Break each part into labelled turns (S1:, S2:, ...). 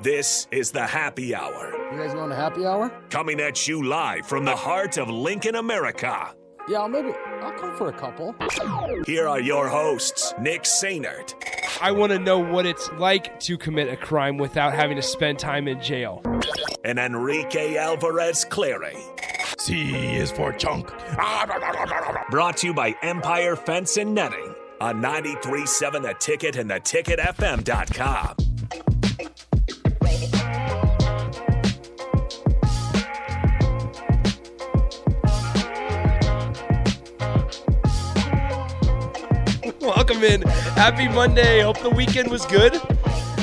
S1: This is the happy hour,
S2: You guys going to happy hour?
S1: coming at you live from the heart of Lincoln, America.
S2: Yeah, I'll maybe I'll come for a couple.
S1: Here are your hosts, Nick Sainert
S3: I want to know what it's like to commit a crime without having to spend time in jail.
S1: and Enrique Alvarez Clary.
S4: C is for chunk.
S1: Brought to you by Empire Fence and Netting on 937 The Ticket and theticketfm.com.
S3: Welcome in. Happy Monday. Hope the weekend was good.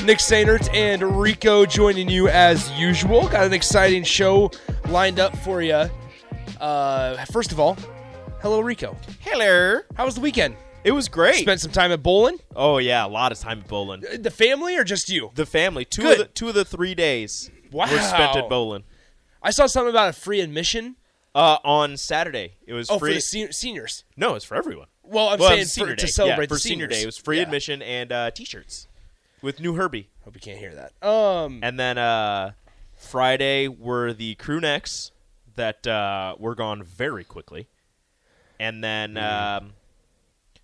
S3: Nick Sainert and Rico joining you as usual. Got an exciting show lined up for you. Uh, first of all, hello, Rico.
S5: Hello.
S3: How was the weekend?
S5: It was great.
S3: Spent some time at bowling?
S5: oh yeah, a lot of time at bowling.
S3: The family or just you?
S5: The family, two
S3: Good.
S5: of the two of the three days
S3: Wow.
S5: were spent at bowling.
S3: I saw something about a free admission.
S5: Uh, on Saturday, it was
S3: Oh,
S5: free.
S3: for the sen- seniors.
S5: no, it's for everyone.
S3: Well, I'm
S5: Well,
S3: saying
S5: senior
S3: for,
S5: day.
S3: to celebrate
S5: yeah,
S3: the
S5: for senior
S3: seniors.
S5: day. It was free
S3: Yeah.
S5: admission and uh, t-shirts with new Herbie.
S3: Hope you can't hear that. Um,
S5: And then uh, Friday were the crew necks that uh, were gone very quickly. And then
S3: Mm.
S5: um,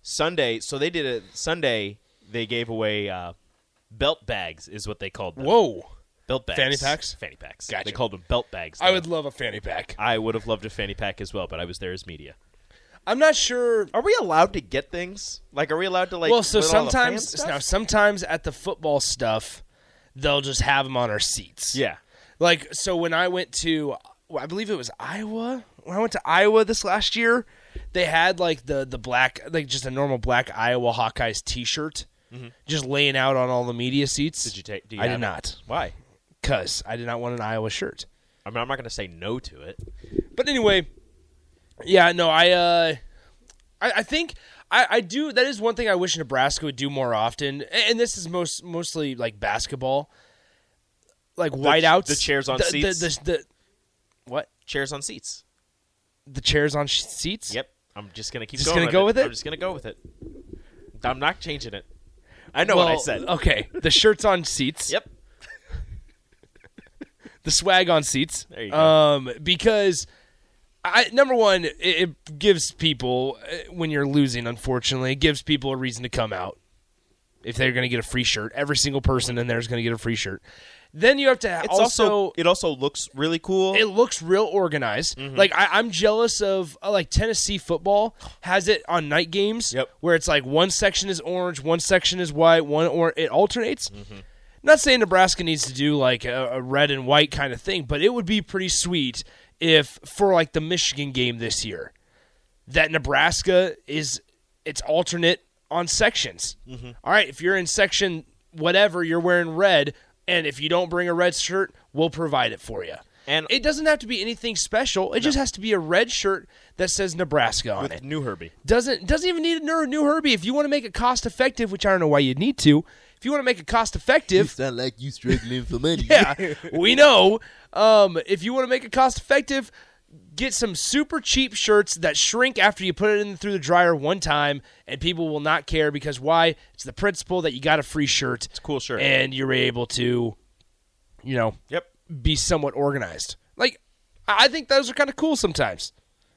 S5: Sunday, so they did a Sunday. They gave away uh, belt bags, is what they called them.
S3: whoa.
S5: Belt bags.
S3: Fanny packs?
S5: Fanny packs.
S3: Gotcha.
S5: They called them belt bags.
S3: I
S5: though.
S3: would love a fanny pack.
S5: I would have loved a fanny pack as well, but I was there as media.
S3: I'm not sure.
S5: Are we allowed to get things? Like, are we allowed to like?
S3: well, so
S5: with all the fan
S3: sometimes
S5: stuff?
S3: now sometimes at the football stuff, they'll just have them on our seats.
S5: yeah,
S3: Like so when I went to well, I believe it was Iowa. When I went to Iowa this last year, they had like the the black like just a normal black Iowa Hawkeyes t-shirt just laying out on all the media seats.
S5: Mm-hmm. Did you take- do you
S3: I did
S5: have it?
S3: not.
S5: why?
S3: Cuz I did not want an Iowa shirt.
S5: I mean, I'm not going to say no to it.
S3: But anyway, yeah, no, I, uh, I, I think I, I do. That is one thing I wish Nebraska would do more often. a- And this is most mostly like basketball, like whiteouts,
S5: the chairs on
S3: the,
S5: seats?
S3: the, the, the what
S5: Chairs on seats.
S3: the chairs on sh- seats.
S5: Yep. I'm just gonna keep
S3: Just
S5: going.
S3: gonna go with it?
S5: I'm just gonna go with it. I'm not changing it. uh, I know what I
S3: Well,
S5: said.
S3: Okay, the shirts on seats.
S5: Yep.
S3: the swag on seats.
S5: There you go.
S3: Um, because I number one, it, it gives people uh, when you're losing, unfortunately, it gives people a reason to come out. If they're going to get a free shirt, every single person in there is going to get a free shirt. Then you have to
S5: It's also,
S3: also,
S5: it also looks really cool.
S3: it looks real organized. Like I, I'm jealous of uh, like Tennessee football has it on night games
S5: Yep.
S3: where it's like one section is orange, one section is white, one or it alternates. Not saying Nebraska needs to do like a, a red and white kind of thing, but it would be pretty sweet if for like the Michigan game this year that Nebraska is it's alternate on sections.
S5: Mm-hmm.
S3: All right, if you're in section whatever, you're wearing red, and if you don't bring a red shirt, we'll provide it for you.
S5: And-
S3: it doesn't have to be anything special. It just has to be a red shirt that says Nebraska on
S5: with
S3: it.
S5: new Herbie.
S3: Doesn't doesn't even need a new, new Herbie. If you want to make it cost effective, which I don't know why you'd need to. If you want to make it cost effective,
S4: Sound like you struggling for money.
S3: yeah, we know. Um, if you want to make it cost effective, get some super cheap shirts that shrink after you put it in through the dryer one time, and people will not care because why? It's the principle that you got a free shirt. It's a
S5: cool shirt.
S3: and you're able to, you know,
S5: Yep.
S3: be somewhat organized. Like, I I think those are kind of cool sometimes.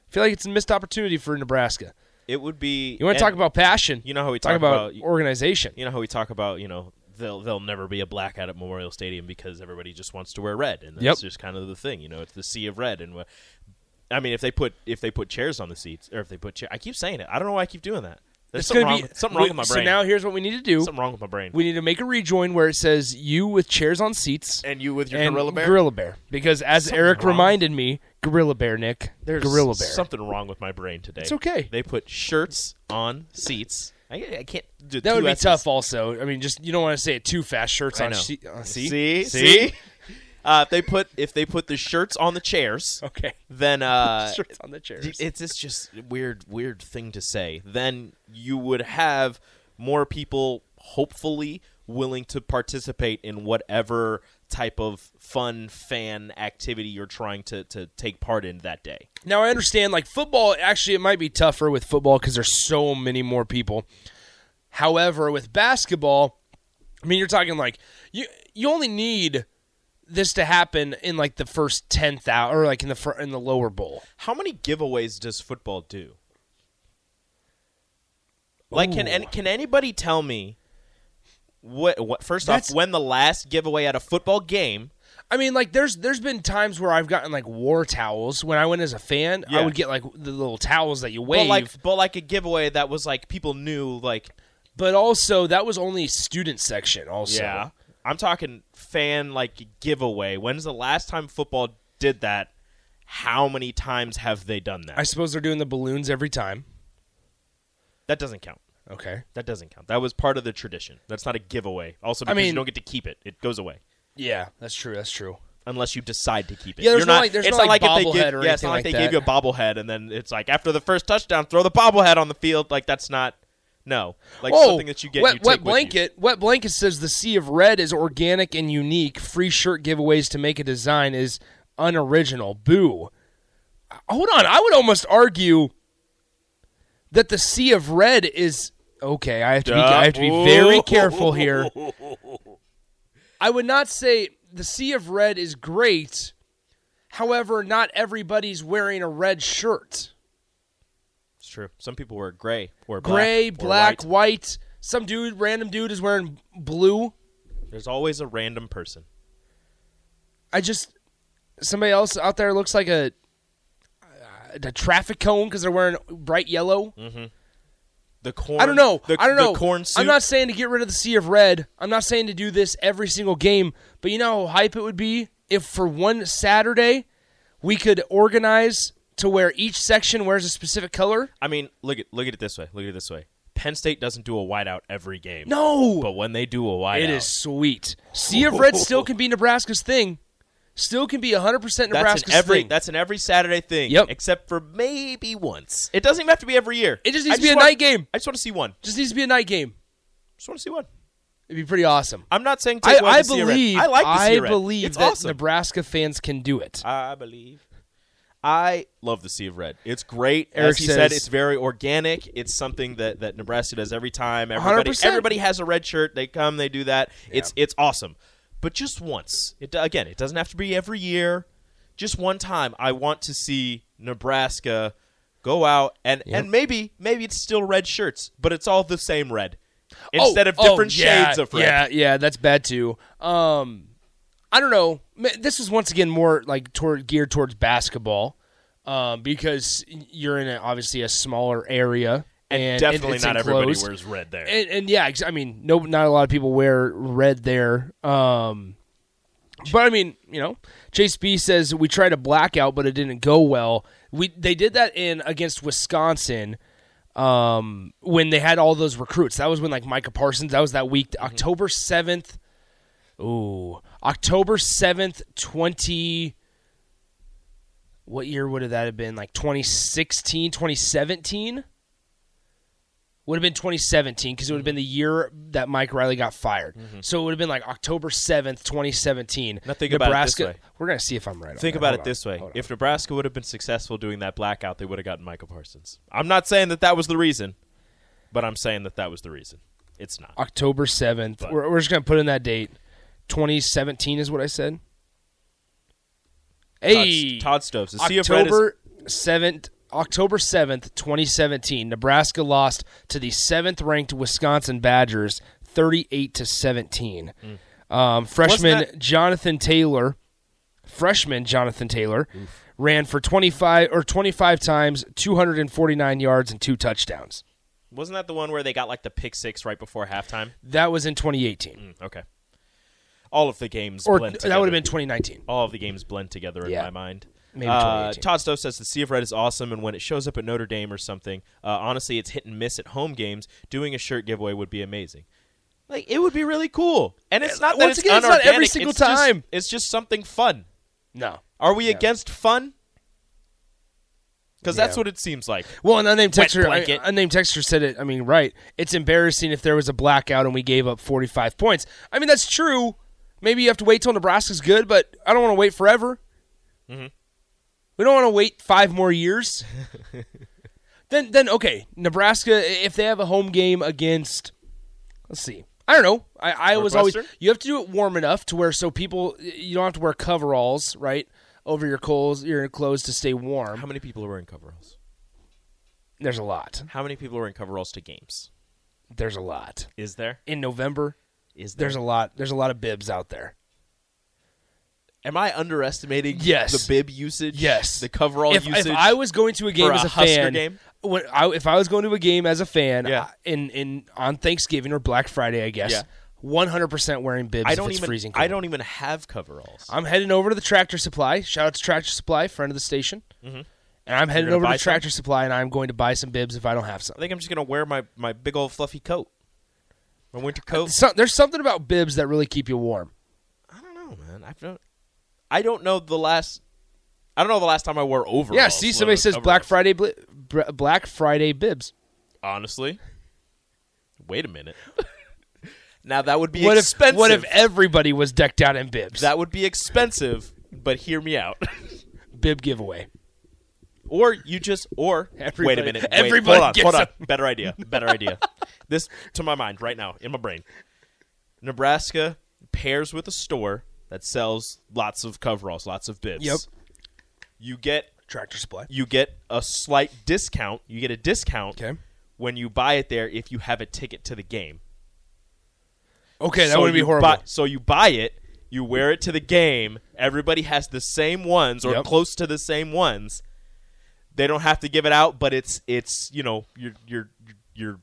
S3: I feel like it's a missed opportunity for Nebraska.
S5: It would be.
S3: You want to talk about passion?
S5: You know how we
S3: talk
S5: talk
S3: about,
S5: about-
S3: organization.
S5: You know how we talk about you know they'll they'll never be a blackout at Memorial Stadium because everybody just wants to wear red, and that's
S3: Yep.
S5: just kind of the thing. You know, it's the sea of red, and wha- I mean if they put if they put chairs on the seats or if they put chair, I keep saying it. I don't know why I keep doing that. There's
S3: It's
S5: something
S3: gonna
S5: wrong, with- something wrong
S3: we-
S5: with my
S3: So
S5: brain.
S3: now here's what we need to do.
S5: something wrong with my brain.
S3: We need to make a rejoin where it says you with chairs on seats
S5: and you with your
S3: and
S5: gorilla bear.
S3: Gorilla Bear. Because as Eric
S5: wrong.
S3: reminded me, Gorilla Bear, Nick.
S5: There's
S3: Gorilla Bear.
S5: Something wrong with my brain today.
S3: It's okay.
S5: They put shirts on seats. I, I can't. do
S3: that
S5: two
S3: would be
S5: S's.
S3: tough also. I mean, just you don't want to say it too fast. Shirts
S5: I
S3: on
S5: know.
S3: she- uh, see?
S5: see,
S3: See?
S5: see. Uh, if they put if they put the shirts on the chairs,
S3: Okay.
S5: then uh,
S3: shirts on the chairs.
S5: It's it's just a weird weird thing to say. Then you would have more people hopefully willing to participate in whatever type of fun fan activity you're trying to, to take part in that day.
S3: Now I understand like football actually it might be tougher with football cuz there's so many more people. However, with basketball, I mean, you're talking like you you only need this to happen in like the first ten thousand, or like in the fir- in the lower bowl.
S5: How many giveaways does football do? Like, can an- can anybody tell me what? what first
S3: That's-
S5: off, when the last giveaway at a football game?
S3: I mean, like there's there's been times where I've gotten like war towels when I went as a fan. I
S5: Yeah.
S3: would get like the little towels that you wave,
S5: But like, but like a giveaway that was like people knew like
S3: but also that was only student section. Also,
S5: So, I'm talking fan like giveaway. When's the last time football did that? How many times have they done that?
S3: I suppose they're doing the balloons every time.
S5: that doesn't count.
S3: Okay.
S5: That doesn't count. That was part of the tradition. That's not a giveaway. Also, because
S3: mean-
S5: you don't get to keep it; it goes away
S3: Yeah, that's true. That's true.
S5: unless you decide to keep it.
S3: Yeah, there's
S5: You're
S3: no,
S5: not.
S3: like- there's
S5: it's
S3: no,
S5: not
S3: like,
S5: if they
S3: bobblehead
S5: give,
S3: or
S5: yeah, it's
S3: anything
S5: not like,
S3: like
S5: they
S3: that.
S5: gave you a bobblehead and then it's like after the first touchdown, throw the bobblehead on the field. Like that's not. No, like
S3: oh,
S5: something that you get.
S3: wet,
S5: you take
S3: wet
S5: with you.
S3: blanket. Wet blanket says the sea of red is organic and unique. Free shirt giveaways to make a design is unoriginal. Boo. Uh, Hold on, I would almost argue that the sea of red is okay. I have to be, I have to be very careful here. I would not say the sea of red is great. However, not everybody's wearing a red shirt.
S5: It's true. Some people wear gray or black
S3: Gray,
S5: or
S3: black,
S5: white.
S3: white. Some dude, random dude, is wearing blue.
S5: There's always a random person.
S3: I just somebody else out there looks like a a traffic cone because they're wearing bright yellow.
S5: The corn.
S3: I don't know.
S5: The,
S3: I don't
S5: the
S3: know.
S5: corn soup.
S3: I'm not saying to get rid of the sea of red. I'm not saying to do this every single game. But you know how hype it would be if for one Saturday we could organize to where each section wears a specific color.
S5: I mean, look at look at it this way. Look at it this way. Penn State doesn't do a whiteout every game.
S3: No,
S5: But when they do a
S3: It
S5: whiteout,
S3: is sweet. Sea of red still can be Nebraska's thing. Still can be 100% Nebraska's
S5: That's an every
S3: thing.
S5: that's an every Saturday thing.
S3: Yep.
S5: Except for maybe once. It doesn't even have to be every year.
S3: It just
S5: I
S3: needs to be a
S5: want-
S3: night game.
S5: I just want to see one.
S3: Just needs to be a night game.
S5: Just want to see one.
S3: It'd be pretty awesome.
S5: I'm not saying take
S3: I,
S5: away
S3: I
S5: the Sierra Red.
S3: believe.
S5: I like the
S3: I
S5: Sierra Red.
S3: believe
S5: it's
S3: that
S5: awesome. Uh,
S3: Nebraska fans can do it.
S5: I believe. I love the Sea of Red. It's great.
S3: Eric
S5: As he
S3: says-
S5: said, it's very organic. It's something that, that Nebraska does every time. Everybody
S3: 100%.
S5: everybody has a red shirt. They come, they do that. It's it's awesome. But just once. It do- again, it doesn't have to be every year. Just one time I want to see Nebraska go out and and maybe maybe it's still red shirts, but it's all the same red. Instead
S3: Oh,
S5: of different
S3: oh, yeah,
S5: shades of red.
S3: Yeah, yeah, that's bad too. Um, I don't know. Ma- This was once again more like toward geared towards basketball, um, because you're in a, obviously a smaller area and, it-
S5: Definitely
S3: it's
S5: not everybody
S3: enclosed.
S5: wears red there.
S3: And, and yeah, ex- I mean, no, not a lot of people wear red there. Um, but I mean, you know, Chase B says we tried a blackout, but it didn't go well. We they did that in against Wisconsin um, when they had all those recruits. That was when like Micah Parsons. That was that week,
S5: Mm-hmm.
S3: October seventh. Ooh, October seventh, twenty. What year would have that have been? Like 2016, 2017? Would have been 2017 because it
S5: Mm-hmm.
S3: would have been the year that Mike Riley got fired. So it would have been like October 7th, 2017.
S5: Now think about it this
S3: Nebraska.
S5: way.
S3: We're gonna see if I'm right. on
S5: Think
S3: that.
S5: about
S3: Hold
S5: it
S3: on.
S5: this way:
S3: Hold on.
S5: if Nebraska would have been successful doing that blackout, they would have gotten Michael Parsons. I'm not saying that that was the reason, but I'm saying that that was the reason. It's not.
S3: October 7th.
S5: But-
S3: We're, we're just going to put in that date. 2017 is what I said. Hey,
S5: Todd, Todd Stoves. The sea of red is
S3: October 7th, October 7th, 2017, Nebraska lost to the 7th ranked Wisconsin Badgers 38 to 17. Um, freshman
S5: Mm. Wasn't
S3: Jonathan Taylor, freshman Jonathan Taylor ran for 25 or 25 times, 249 yards and two touchdowns.
S5: wasn't that the one where they got like the pick six right before halftime?
S3: That was in 2018.
S5: Mm, okay. All of the games
S3: Or
S5: blend
S3: that
S5: together.
S3: would have been 2019.
S5: all of the games blend together in
S3: Yeah.
S5: my mind.
S3: Maybe
S5: Uh,
S3: 2018.
S5: Todd Stowe says the Sea of Red is awesome, and when it shows up at Notre Dame or something, uh, honestly, it's hit and miss at home games. Doing a shirt giveaway would be amazing. Like it would be really cool, and it's not that
S3: Once
S5: it's
S3: again, it's not every
S5: unorganic,
S3: single
S5: it's just-
S3: time.
S5: it's just something fun.
S3: No.
S5: Are we against fun? Because that's
S3: Yeah.
S5: what it seems like.
S3: Well, an unnamed
S5: Wet
S3: texture,
S5: blanket.
S3: unnamed texture said it. I mean, right? It's embarrassing if there was a blackout and we gave up 45 points. I mean, that's true. Maybe you have to wait till Nebraska's good, but I don't want to wait forever.
S5: Mm-hmm.
S3: We don't want to wait five more years. then, then okay, Nebraska. i- If they have a home game against, let's see, I don't know. I, I
S5: Or
S3: was always
S5: Western?
S3: you have to do it warm enough to where so people you don't have to wear coveralls right over your clothes your clothes to stay warm.
S5: How many people are wearing coveralls?
S3: There's a lot.
S5: How many people are wearing coveralls to games?
S3: There's a lot
S5: Is there?
S3: in November.
S5: Is there?
S3: There's a lot. There's a lot of bibs out there.
S5: Am I underestimating
S3: Yes.
S5: the bib usage?
S3: Yes.
S5: The coverall
S3: if,
S5: usage.
S3: if I was going to a game
S5: for a
S3: as a
S5: Husker
S3: fan,
S5: game?
S3: when I, if I was going to a game as a fan,
S5: Yeah.
S3: I- in in on Thanksgiving or Black Friday, I guess,
S5: Yeah.
S3: one hundred percent wearing bibs.
S5: I
S3: if
S5: don't
S3: it's
S5: even
S3: freezing. Cold.
S5: I don't even have coveralls.
S3: I'm heading over to the Tractor Supply. Shout out to Tractor Supply, friend of the station. And I'm heading
S5: Mm-hmm. gonna
S3: over
S5: buy
S3: to
S5: some?
S3: Tractor Supply, and I'm going to buy some bibs if I don't have some.
S5: I think I'm just gonna wear my, my big old fluffy coat, my winter coat.
S3: So- there's something about bibs that really keep you warm.
S5: I don't know, man. I don't. I don't know the last. I don't know the last time I wore overalls.
S3: yeah, see,
S5: let
S3: somebody
S5: alone
S3: says Black
S5: coveralls.
S3: Friday, bli- br- Black Friday bibs.
S5: Honestly, wait a minute. now that would be
S3: What if
S5: expensive.
S3: what if everybody was decked out in bibs?
S5: that would be expensive? But hear me out.
S3: bib giveaway.
S5: or you just or wait
S3: Everybody-
S5: a minute. wait,
S3: everybody
S5: hold on,
S3: gets
S5: hold on.
S3: a-
S5: Better idea. Better idea. This to my mind right now in my brain. Nebraska pairs with a store that sells lots of coveralls, lots of bibs.
S3: Yep.
S5: You get
S3: Tractor Supply.
S5: you get a slight discount. You get a discount
S3: Okay.
S5: when you buy it there if you have a ticket to the game.
S3: Okay, that
S5: So
S3: would be
S5: you
S3: horrible.
S5: buy- so you buy it, you wear it to the game. Everybody has the same ones or
S3: Yep.
S5: close to the same ones. They don't have to give it out, but it's it's you know you're you're you're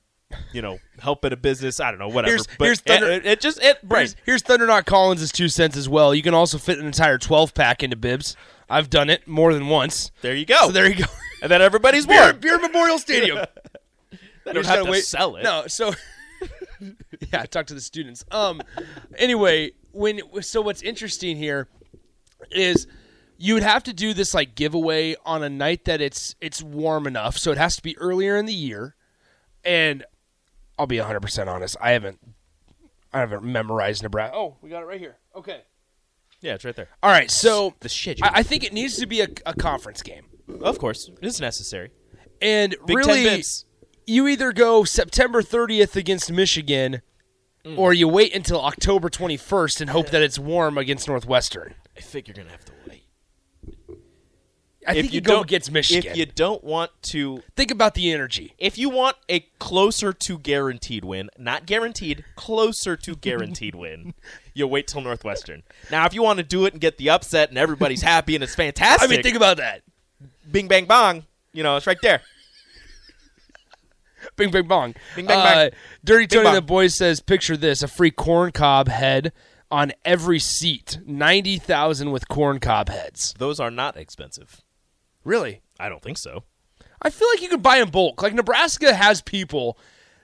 S5: you know helping a business. I don't know whatever.
S3: Here's-
S5: but
S3: here's
S5: it,
S3: Thunder-
S5: it- it just it
S3: Here's,
S5: brings.
S3: here's Thundernot Collins' two cents as well. You can also fit an entire 12 pack into bibs. I've done it more than once.
S5: There you go.
S3: So there you go.
S5: and then everybody's
S3: Beer,
S5: warm.
S3: Beer Memorial Stadium.
S5: They
S3: You
S5: don't
S3: just
S5: have
S3: gotta
S5: to sell it.
S3: No, so yeah, I talk to the students. Um, anyway, when so what's interesting here is you would have to do this like giveaway on a night that it's it's warm enough, so it has to be earlier in the year. And I'll be 100 percent honest, I haven't I haven't memorized Nebraska. Oh, we got it right here. Okay.
S5: Yeah, it's right there.
S3: All right, so
S5: The shit you
S3: I, I think it needs to be a, a conference game,
S5: Of course, it's necessary.
S3: and
S5: Big
S3: really,
S5: Ten bibs.
S3: you either go September 30th against Michigan
S5: Mm.
S3: or you wait until October 21st and hope that it's warm against Northwestern.
S5: I think you're gonna have to wait.
S3: I
S5: if
S3: think
S5: you
S3: you go
S5: don't-
S3: against Michigan.
S5: If you don't want to,
S3: think about the energy.
S5: if you want a closer to guaranteed win, not guaranteed, closer to guaranteed win, you wait till Northwestern. Now, if you want to do it and get the upset and everybody's happy and it's
S3: I
S5: fantastic,
S3: mean, think about that.
S5: bing bang bong, you know, it's right there.
S3: Bing, bing, bong.
S5: Bing, bang, bang.
S3: Uh, Dirty Tony
S5: bong.
S3: the Boy says, picture this, a free corn cob head on every seat. 90,000 with corn cob heads.
S5: Those are not expensive.
S3: Really?
S5: I don't think so.
S3: I feel like you could buy in bulk. Like Nebraska has people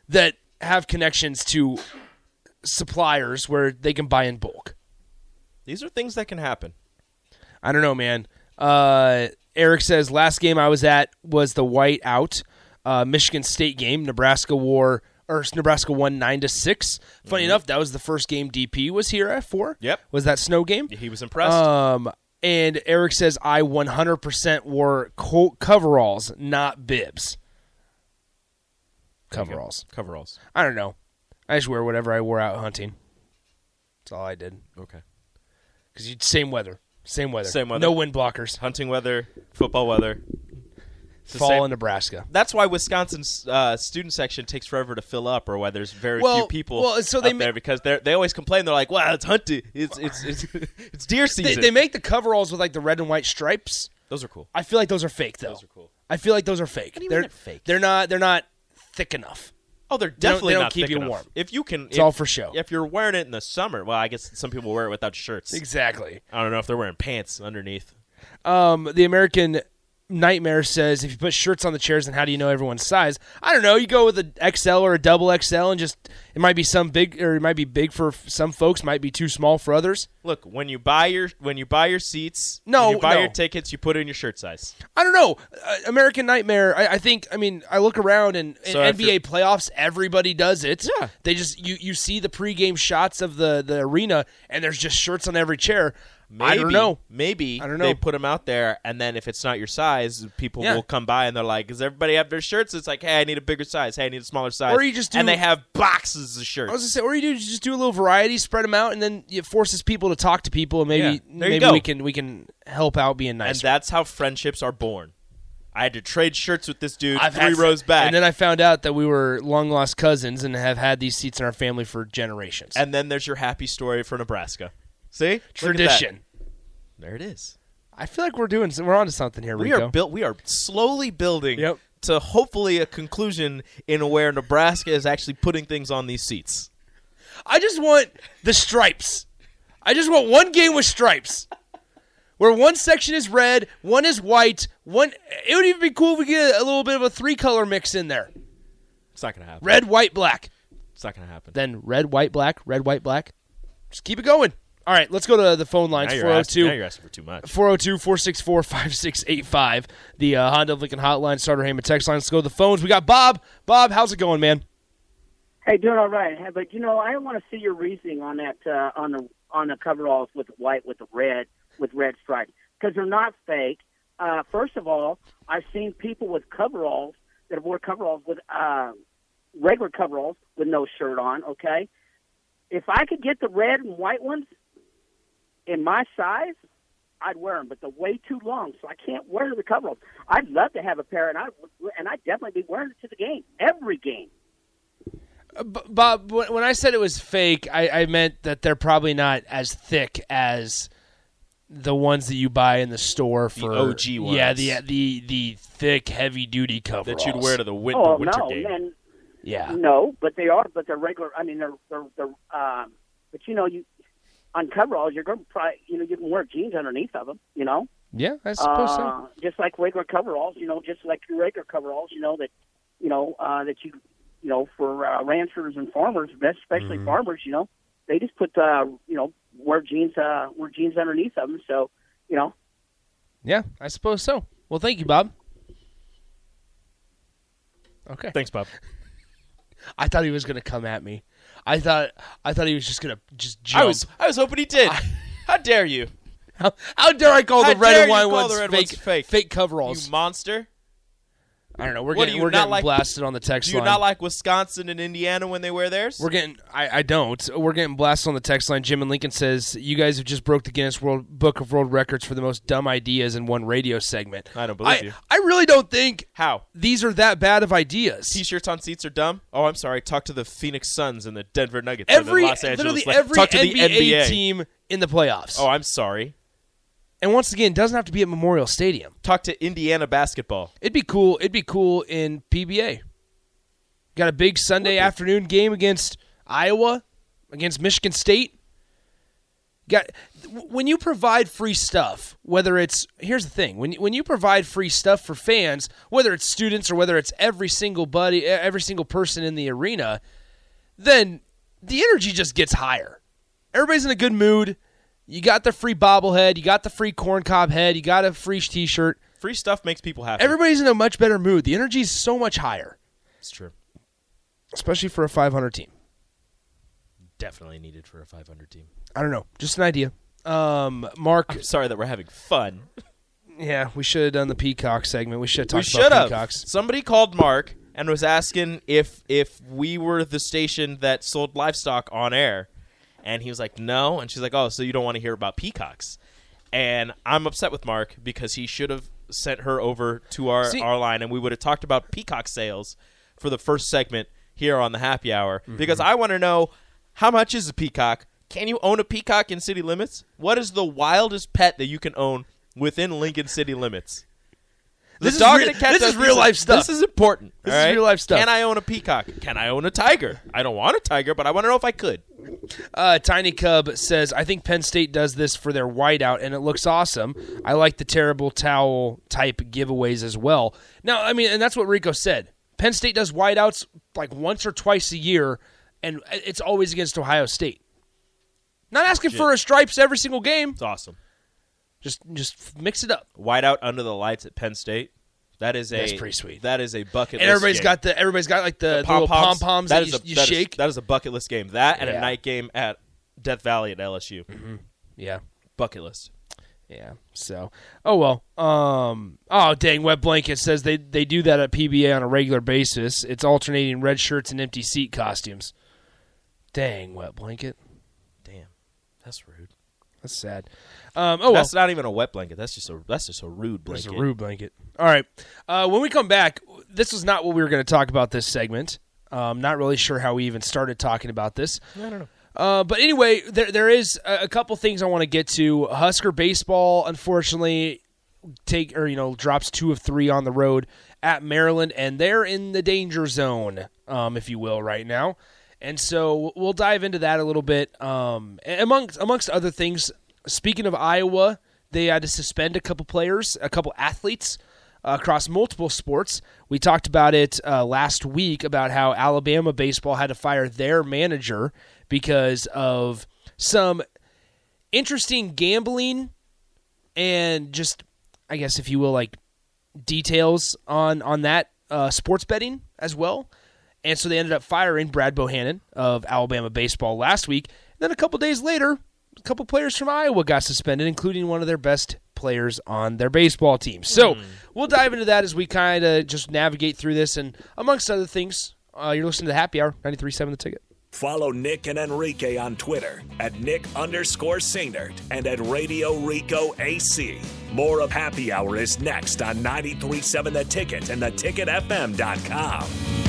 S3: that have connections to suppliers where they can buy in bulk.
S5: These are things that can happen.
S3: I don't know, man. Uh, Eric says last game I was at was the white out uh, Michigan State game. Nebraska wore or Nebraska won nine to six. Funny enough, that was the first game DP was here at for.
S5: Mm-hmm. Yep.
S3: was that snow game?
S5: He was impressed.
S3: Um, and Eric says I 100% wore co- coveralls, not bibs. Coveralls.
S5: Coveralls.
S3: I don't know. I just wear whatever I wore out hunting. That's all I did.
S5: Okay.
S3: Cause you same weather, same weather,
S5: Same weather.
S3: No wind blockers.
S5: Hunting weather, football weather. It's the
S3: fall
S5: same-
S3: in Nebraska.
S5: that's why Wisconsin's uh, student section takes forever to fill up, or why there's very
S3: Well-
S5: few people
S3: well, so
S5: up
S3: they ma-
S5: there because they they always complain. They're like, "Wow, it's hunting, it's it's it's, it's deer
S3: They,
S5: season."
S3: they make the coveralls with like the red and white stripes.
S5: Those are cool.
S3: I feel like those are fake though.
S5: Those are cool.
S3: I feel like those are fake.
S5: do you mean
S3: they're
S5: they're fake?
S3: They're not. They're not thick enough.
S5: Oh, they're
S3: don't-
S5: definitely
S3: they don't
S5: not
S3: keep
S5: thick
S3: you
S5: enough.
S3: warm.
S5: If you can,
S3: It's all for show.
S5: If you're wearing it in the summer, well, I guess some people wear it without shirts.
S3: Exactly.
S5: I don't know if they're wearing pants underneath.
S3: Um, the American Nightmare says if you put shirts on the chairs, then how do you know everyone's size? I don't know. You go with a XL or a double XL, and just it might be some big or it might be big for f- some folks, might be too small for others.
S5: Look, when you buy your when you buy your seats,
S3: No,
S5: when you buy
S3: no.
S5: your tickets, you put in your shirt size.
S3: I don't know. Uh, American Nightmare. I, I think. I mean, I look around and, and
S5: So if
S3: NBA playoffs. Everybody does it.
S5: Yeah.
S3: They just you you see the pregame shots of the the arena, and there's just shirts on every chair.
S5: Maybe,
S3: I don't know.
S5: Maybe
S3: I don't
S5: they
S3: know.
S5: put them out there, and then if it's not your size, people
S3: Yeah.
S5: will come by and they're like, "Does everybody have their shirts?" It's like, "Hey, I need a bigger size. Hey, I need a smaller size."
S3: Or you just do-
S5: and they have boxes of shirts.
S3: I was gonna say, or you do is just do a little variety, spread them out, and then it forces people to talk to people, and maybe
S5: Yeah, there
S3: maybe
S5: you go.
S3: we can we can help out being
S5: and
S3: nice.
S5: that's how friendships are born. I had to trade shirts with this dude
S3: I've
S5: three
S3: had-
S5: rows back,
S3: and then I found out that we were long lost cousins and have had these seats in our family for generations.
S5: and then there's your happy story for Nebraska. See Look at that.
S3: Tradition.
S5: There it is.
S3: I feel like we're doing we're onto something here,
S5: We
S3: Rico.
S5: are built. We are slowly building
S3: Yep.
S5: to hopefully a conclusion in where Nebraska is actually putting things on these seats.
S3: I just want the stripes. I just want one game with stripes. Where one section is red, one is white, one it would even be cool if we get a little bit of a three color mix in there.
S5: It's not gonna happen.
S3: Red, white, black.
S5: It's not gonna happen.
S3: Then red, white, black, red, white, black. Just keep it going. All right, let's go to the phone lines
S5: Now you're, asking, now
S3: 402
S5: you're asking for too much.
S3: 402 464 5685. The uh, Honda of Lincoln Hotline, Starter Heyman text line. Let's go to the phones. We got Bob. Bob, how's it going, man?
S6: Hey, doing all right. Hey, But you know, I want to see your reasoning on that uh, on the on the coveralls with white with the red with red stripes because they're not fake. Uh, first of all, I've seen people with coveralls that have wore coveralls with uh, regular coveralls with no shirt on. Okay, if I could get the red and white ones in my size, I'd wear them, but they're way too long, so I can't wear the coveralls. I'd love to have a pair, and I and I'd definitely be wearing it to the game, every game.
S3: B- Bob, when when I said it was fake, I, I meant that they're probably not as thick as the ones that you buy in the store for
S5: OG ones.
S3: Yeah, the the the thick, heavy duty cover
S5: That you'd wear to the win-
S6: Oh
S5: winter
S6: no,
S5: game.
S6: man,
S3: yeah.
S6: no, but they are, but they're regular. I mean, they're they're, they're um, but you know, you on coveralls, you're going to probably, you know, you can wear jeans underneath of them, you know,
S3: Yeah, I suppose so.
S6: uh, just like regular coveralls, you know, just like your regular coveralls, you know that, you know, uh, that you, you know, for uh, ranchers and farmers, especially farmers, you know, they just put, uh, you know, wear jeans, uh, wear jeans underneath of them, so, you know,
S3: Yeah, I suppose so. Well, thank you, Bob. Okay.
S5: Thanks, Bob.
S3: I thought he was gonna come at me. I thought I thought he was just gonna just jump.
S5: I was I was hoping he did. How dare you,
S3: how, how dare I call
S5: How
S3: the red
S5: dare
S3: and
S5: you
S3: white
S5: call
S3: ones,
S5: the red
S3: fake,
S5: ones fake?
S3: fake
S5: you
S3: coveralls?
S5: monster?
S3: I don't know. We're
S5: What, do
S3: getting
S5: you
S3: we're
S5: not
S3: getting
S5: like-
S3: blasted on the text
S5: Do you
S3: line.
S5: not like Wisconsin and Indiana when they wear theirs?
S3: We're getting. I, I don't. We're getting blasted on the text line. Jim and Lincoln says you guys have just broke the Guinness World Book of World Records for the most dumb ideas in one radio segment.
S5: I don't believe you.
S3: I really don't think
S5: How?
S3: these are that bad of ideas.
S5: T-shirts on seats are dumb. Oh, I'm sorry. Talk to the Phoenix Suns and the Denver Nuggets
S3: every
S5: and the Los Angeles.
S3: literally
S5: Lakers.
S3: every
S5: Talk to
S3: NBA,
S5: the NBA
S3: team in the playoffs.
S5: Oh, I'm sorry.
S3: and once again, it doesn't have to be at Memorial Stadium.
S5: Talk to Indiana basketball.
S3: It'd be cool. It'd be cool in PBA. Got a big Sunday afternoon game against Iowa, against Michigan State. Got when you provide free stuff, whether it's here's the thing when when you provide free stuff for fans, whether it's students or whether it's every single buddy, e, every single person in the arena, then the energy just gets higher. Everybody's in a good mood. You got the free bobblehead, you got the free corn cob head, you got a free t-shirt
S5: Free stuff makes people happy.
S3: everybody's in a much better mood. The energy is so much higher,
S5: it's true.
S3: especially for a 500 team.
S5: Definitely needed for a 500 team.
S3: I don't know, just an idea. Um, Mark,
S5: I'm sorry that we're having fun.
S3: yeah, we should have done the peacock segment. We should
S5: we
S3: have talked
S5: should
S3: about
S5: have.
S3: peacocks.
S5: Somebody called Mark and was asking if if we were the station that sold livestock on air, and he was like, "No," and she's like, "Oh, so you don't want to hear about peacocks?" And I'm upset with Mark because he should have sent her over to our
S3: See-
S5: our line, and we would have talked about peacock sales for the first segment here on the Happy Hour
S3: Mm-hmm.
S5: because I want to know how much is a peacock. Can you own a peacock in city limits? What is the wildest pet that you can own within Lincoln city limits?
S3: This
S5: The
S3: is
S5: dog
S3: real-
S5: and the cat
S3: this
S5: does
S3: is real life stuff.
S5: This is important.
S3: This
S5: all
S3: is
S5: right?
S3: real life stuff.
S5: Can I own a peacock? Can I own a tiger? I don't want a tiger, but I want to know if I could.
S3: Uh, Tiny Cub says, I think Penn State does this for their whiteout, and it looks awesome. I like the terrible towel type giveaways as well. Now, I mean, and that's what Rico said. Penn State does whiteouts like once or twice a year, and it's always against Ohio State. Not asking for a stripes every single game.
S5: It's awesome.
S3: Just just mix it up.
S5: Whiteout under the lights at Penn State. That is a
S3: That's pretty sweet.
S5: That is a bucket.
S3: and
S5: list
S3: everybody's
S5: game.
S3: got the everybody's got like the, the little pom
S5: pom-poms.
S3: poms
S5: That
S3: that,
S5: is
S3: you,
S5: a-
S3: you
S5: that is-
S3: shake.
S5: that is a bucket list game. That and
S3: Yeah.
S5: a night game at Death Valley at LSU.
S3: yeah,
S5: Bucket list.
S3: Yeah. So, oh well. Um. Oh dang! Wet blanket says they they do that at PBA on a regular basis. It's alternating red shirts and empty seat costumes. Dang, wet blanket.
S5: Damn, that's rude.
S3: That's sad. Um. Oh well.
S5: That's not even a wet blanket. That's just a that's just a rude blanket.
S3: There's a rude blanket. All right. Uh, when we come back, this was not what we were going to talk about this segment. Um, not really sure how we even started talking about this. I don't know. Uh, but anyway, there there is a, a couple things I want to get to. Husker baseball, unfortunately, take or you know drops two of three on the road at Maryland, and they're in the danger zone, um, if you will, right now. And so we'll dive into that a little bit. Um, a- amongst amongst other things, speaking of Iowa, they had to suspend a couple players, a couple athletes uh, across multiple sports. We talked about it uh, last week about how Alabama baseball had to fire their manager because of some interesting gambling and just I guess if you will like details on on that uh, sports betting as well. And so they ended up firing Brad Bohannon of Alabama baseball last week. And then a couple days later, a couple players from Iowa got suspended, including one of their best players on their baseball team. So we'll dive into that as we kind of just navigate through this. And amongst other things, uh, you're listening to the Happy Hour, 93.7 The Ticket.
S1: Follow Nick and Enrique on Twitter at Nick underscore Sainert and at Radio Rico AC. More of Happy Hour is next on 937 The Ticket and theticketfm.com.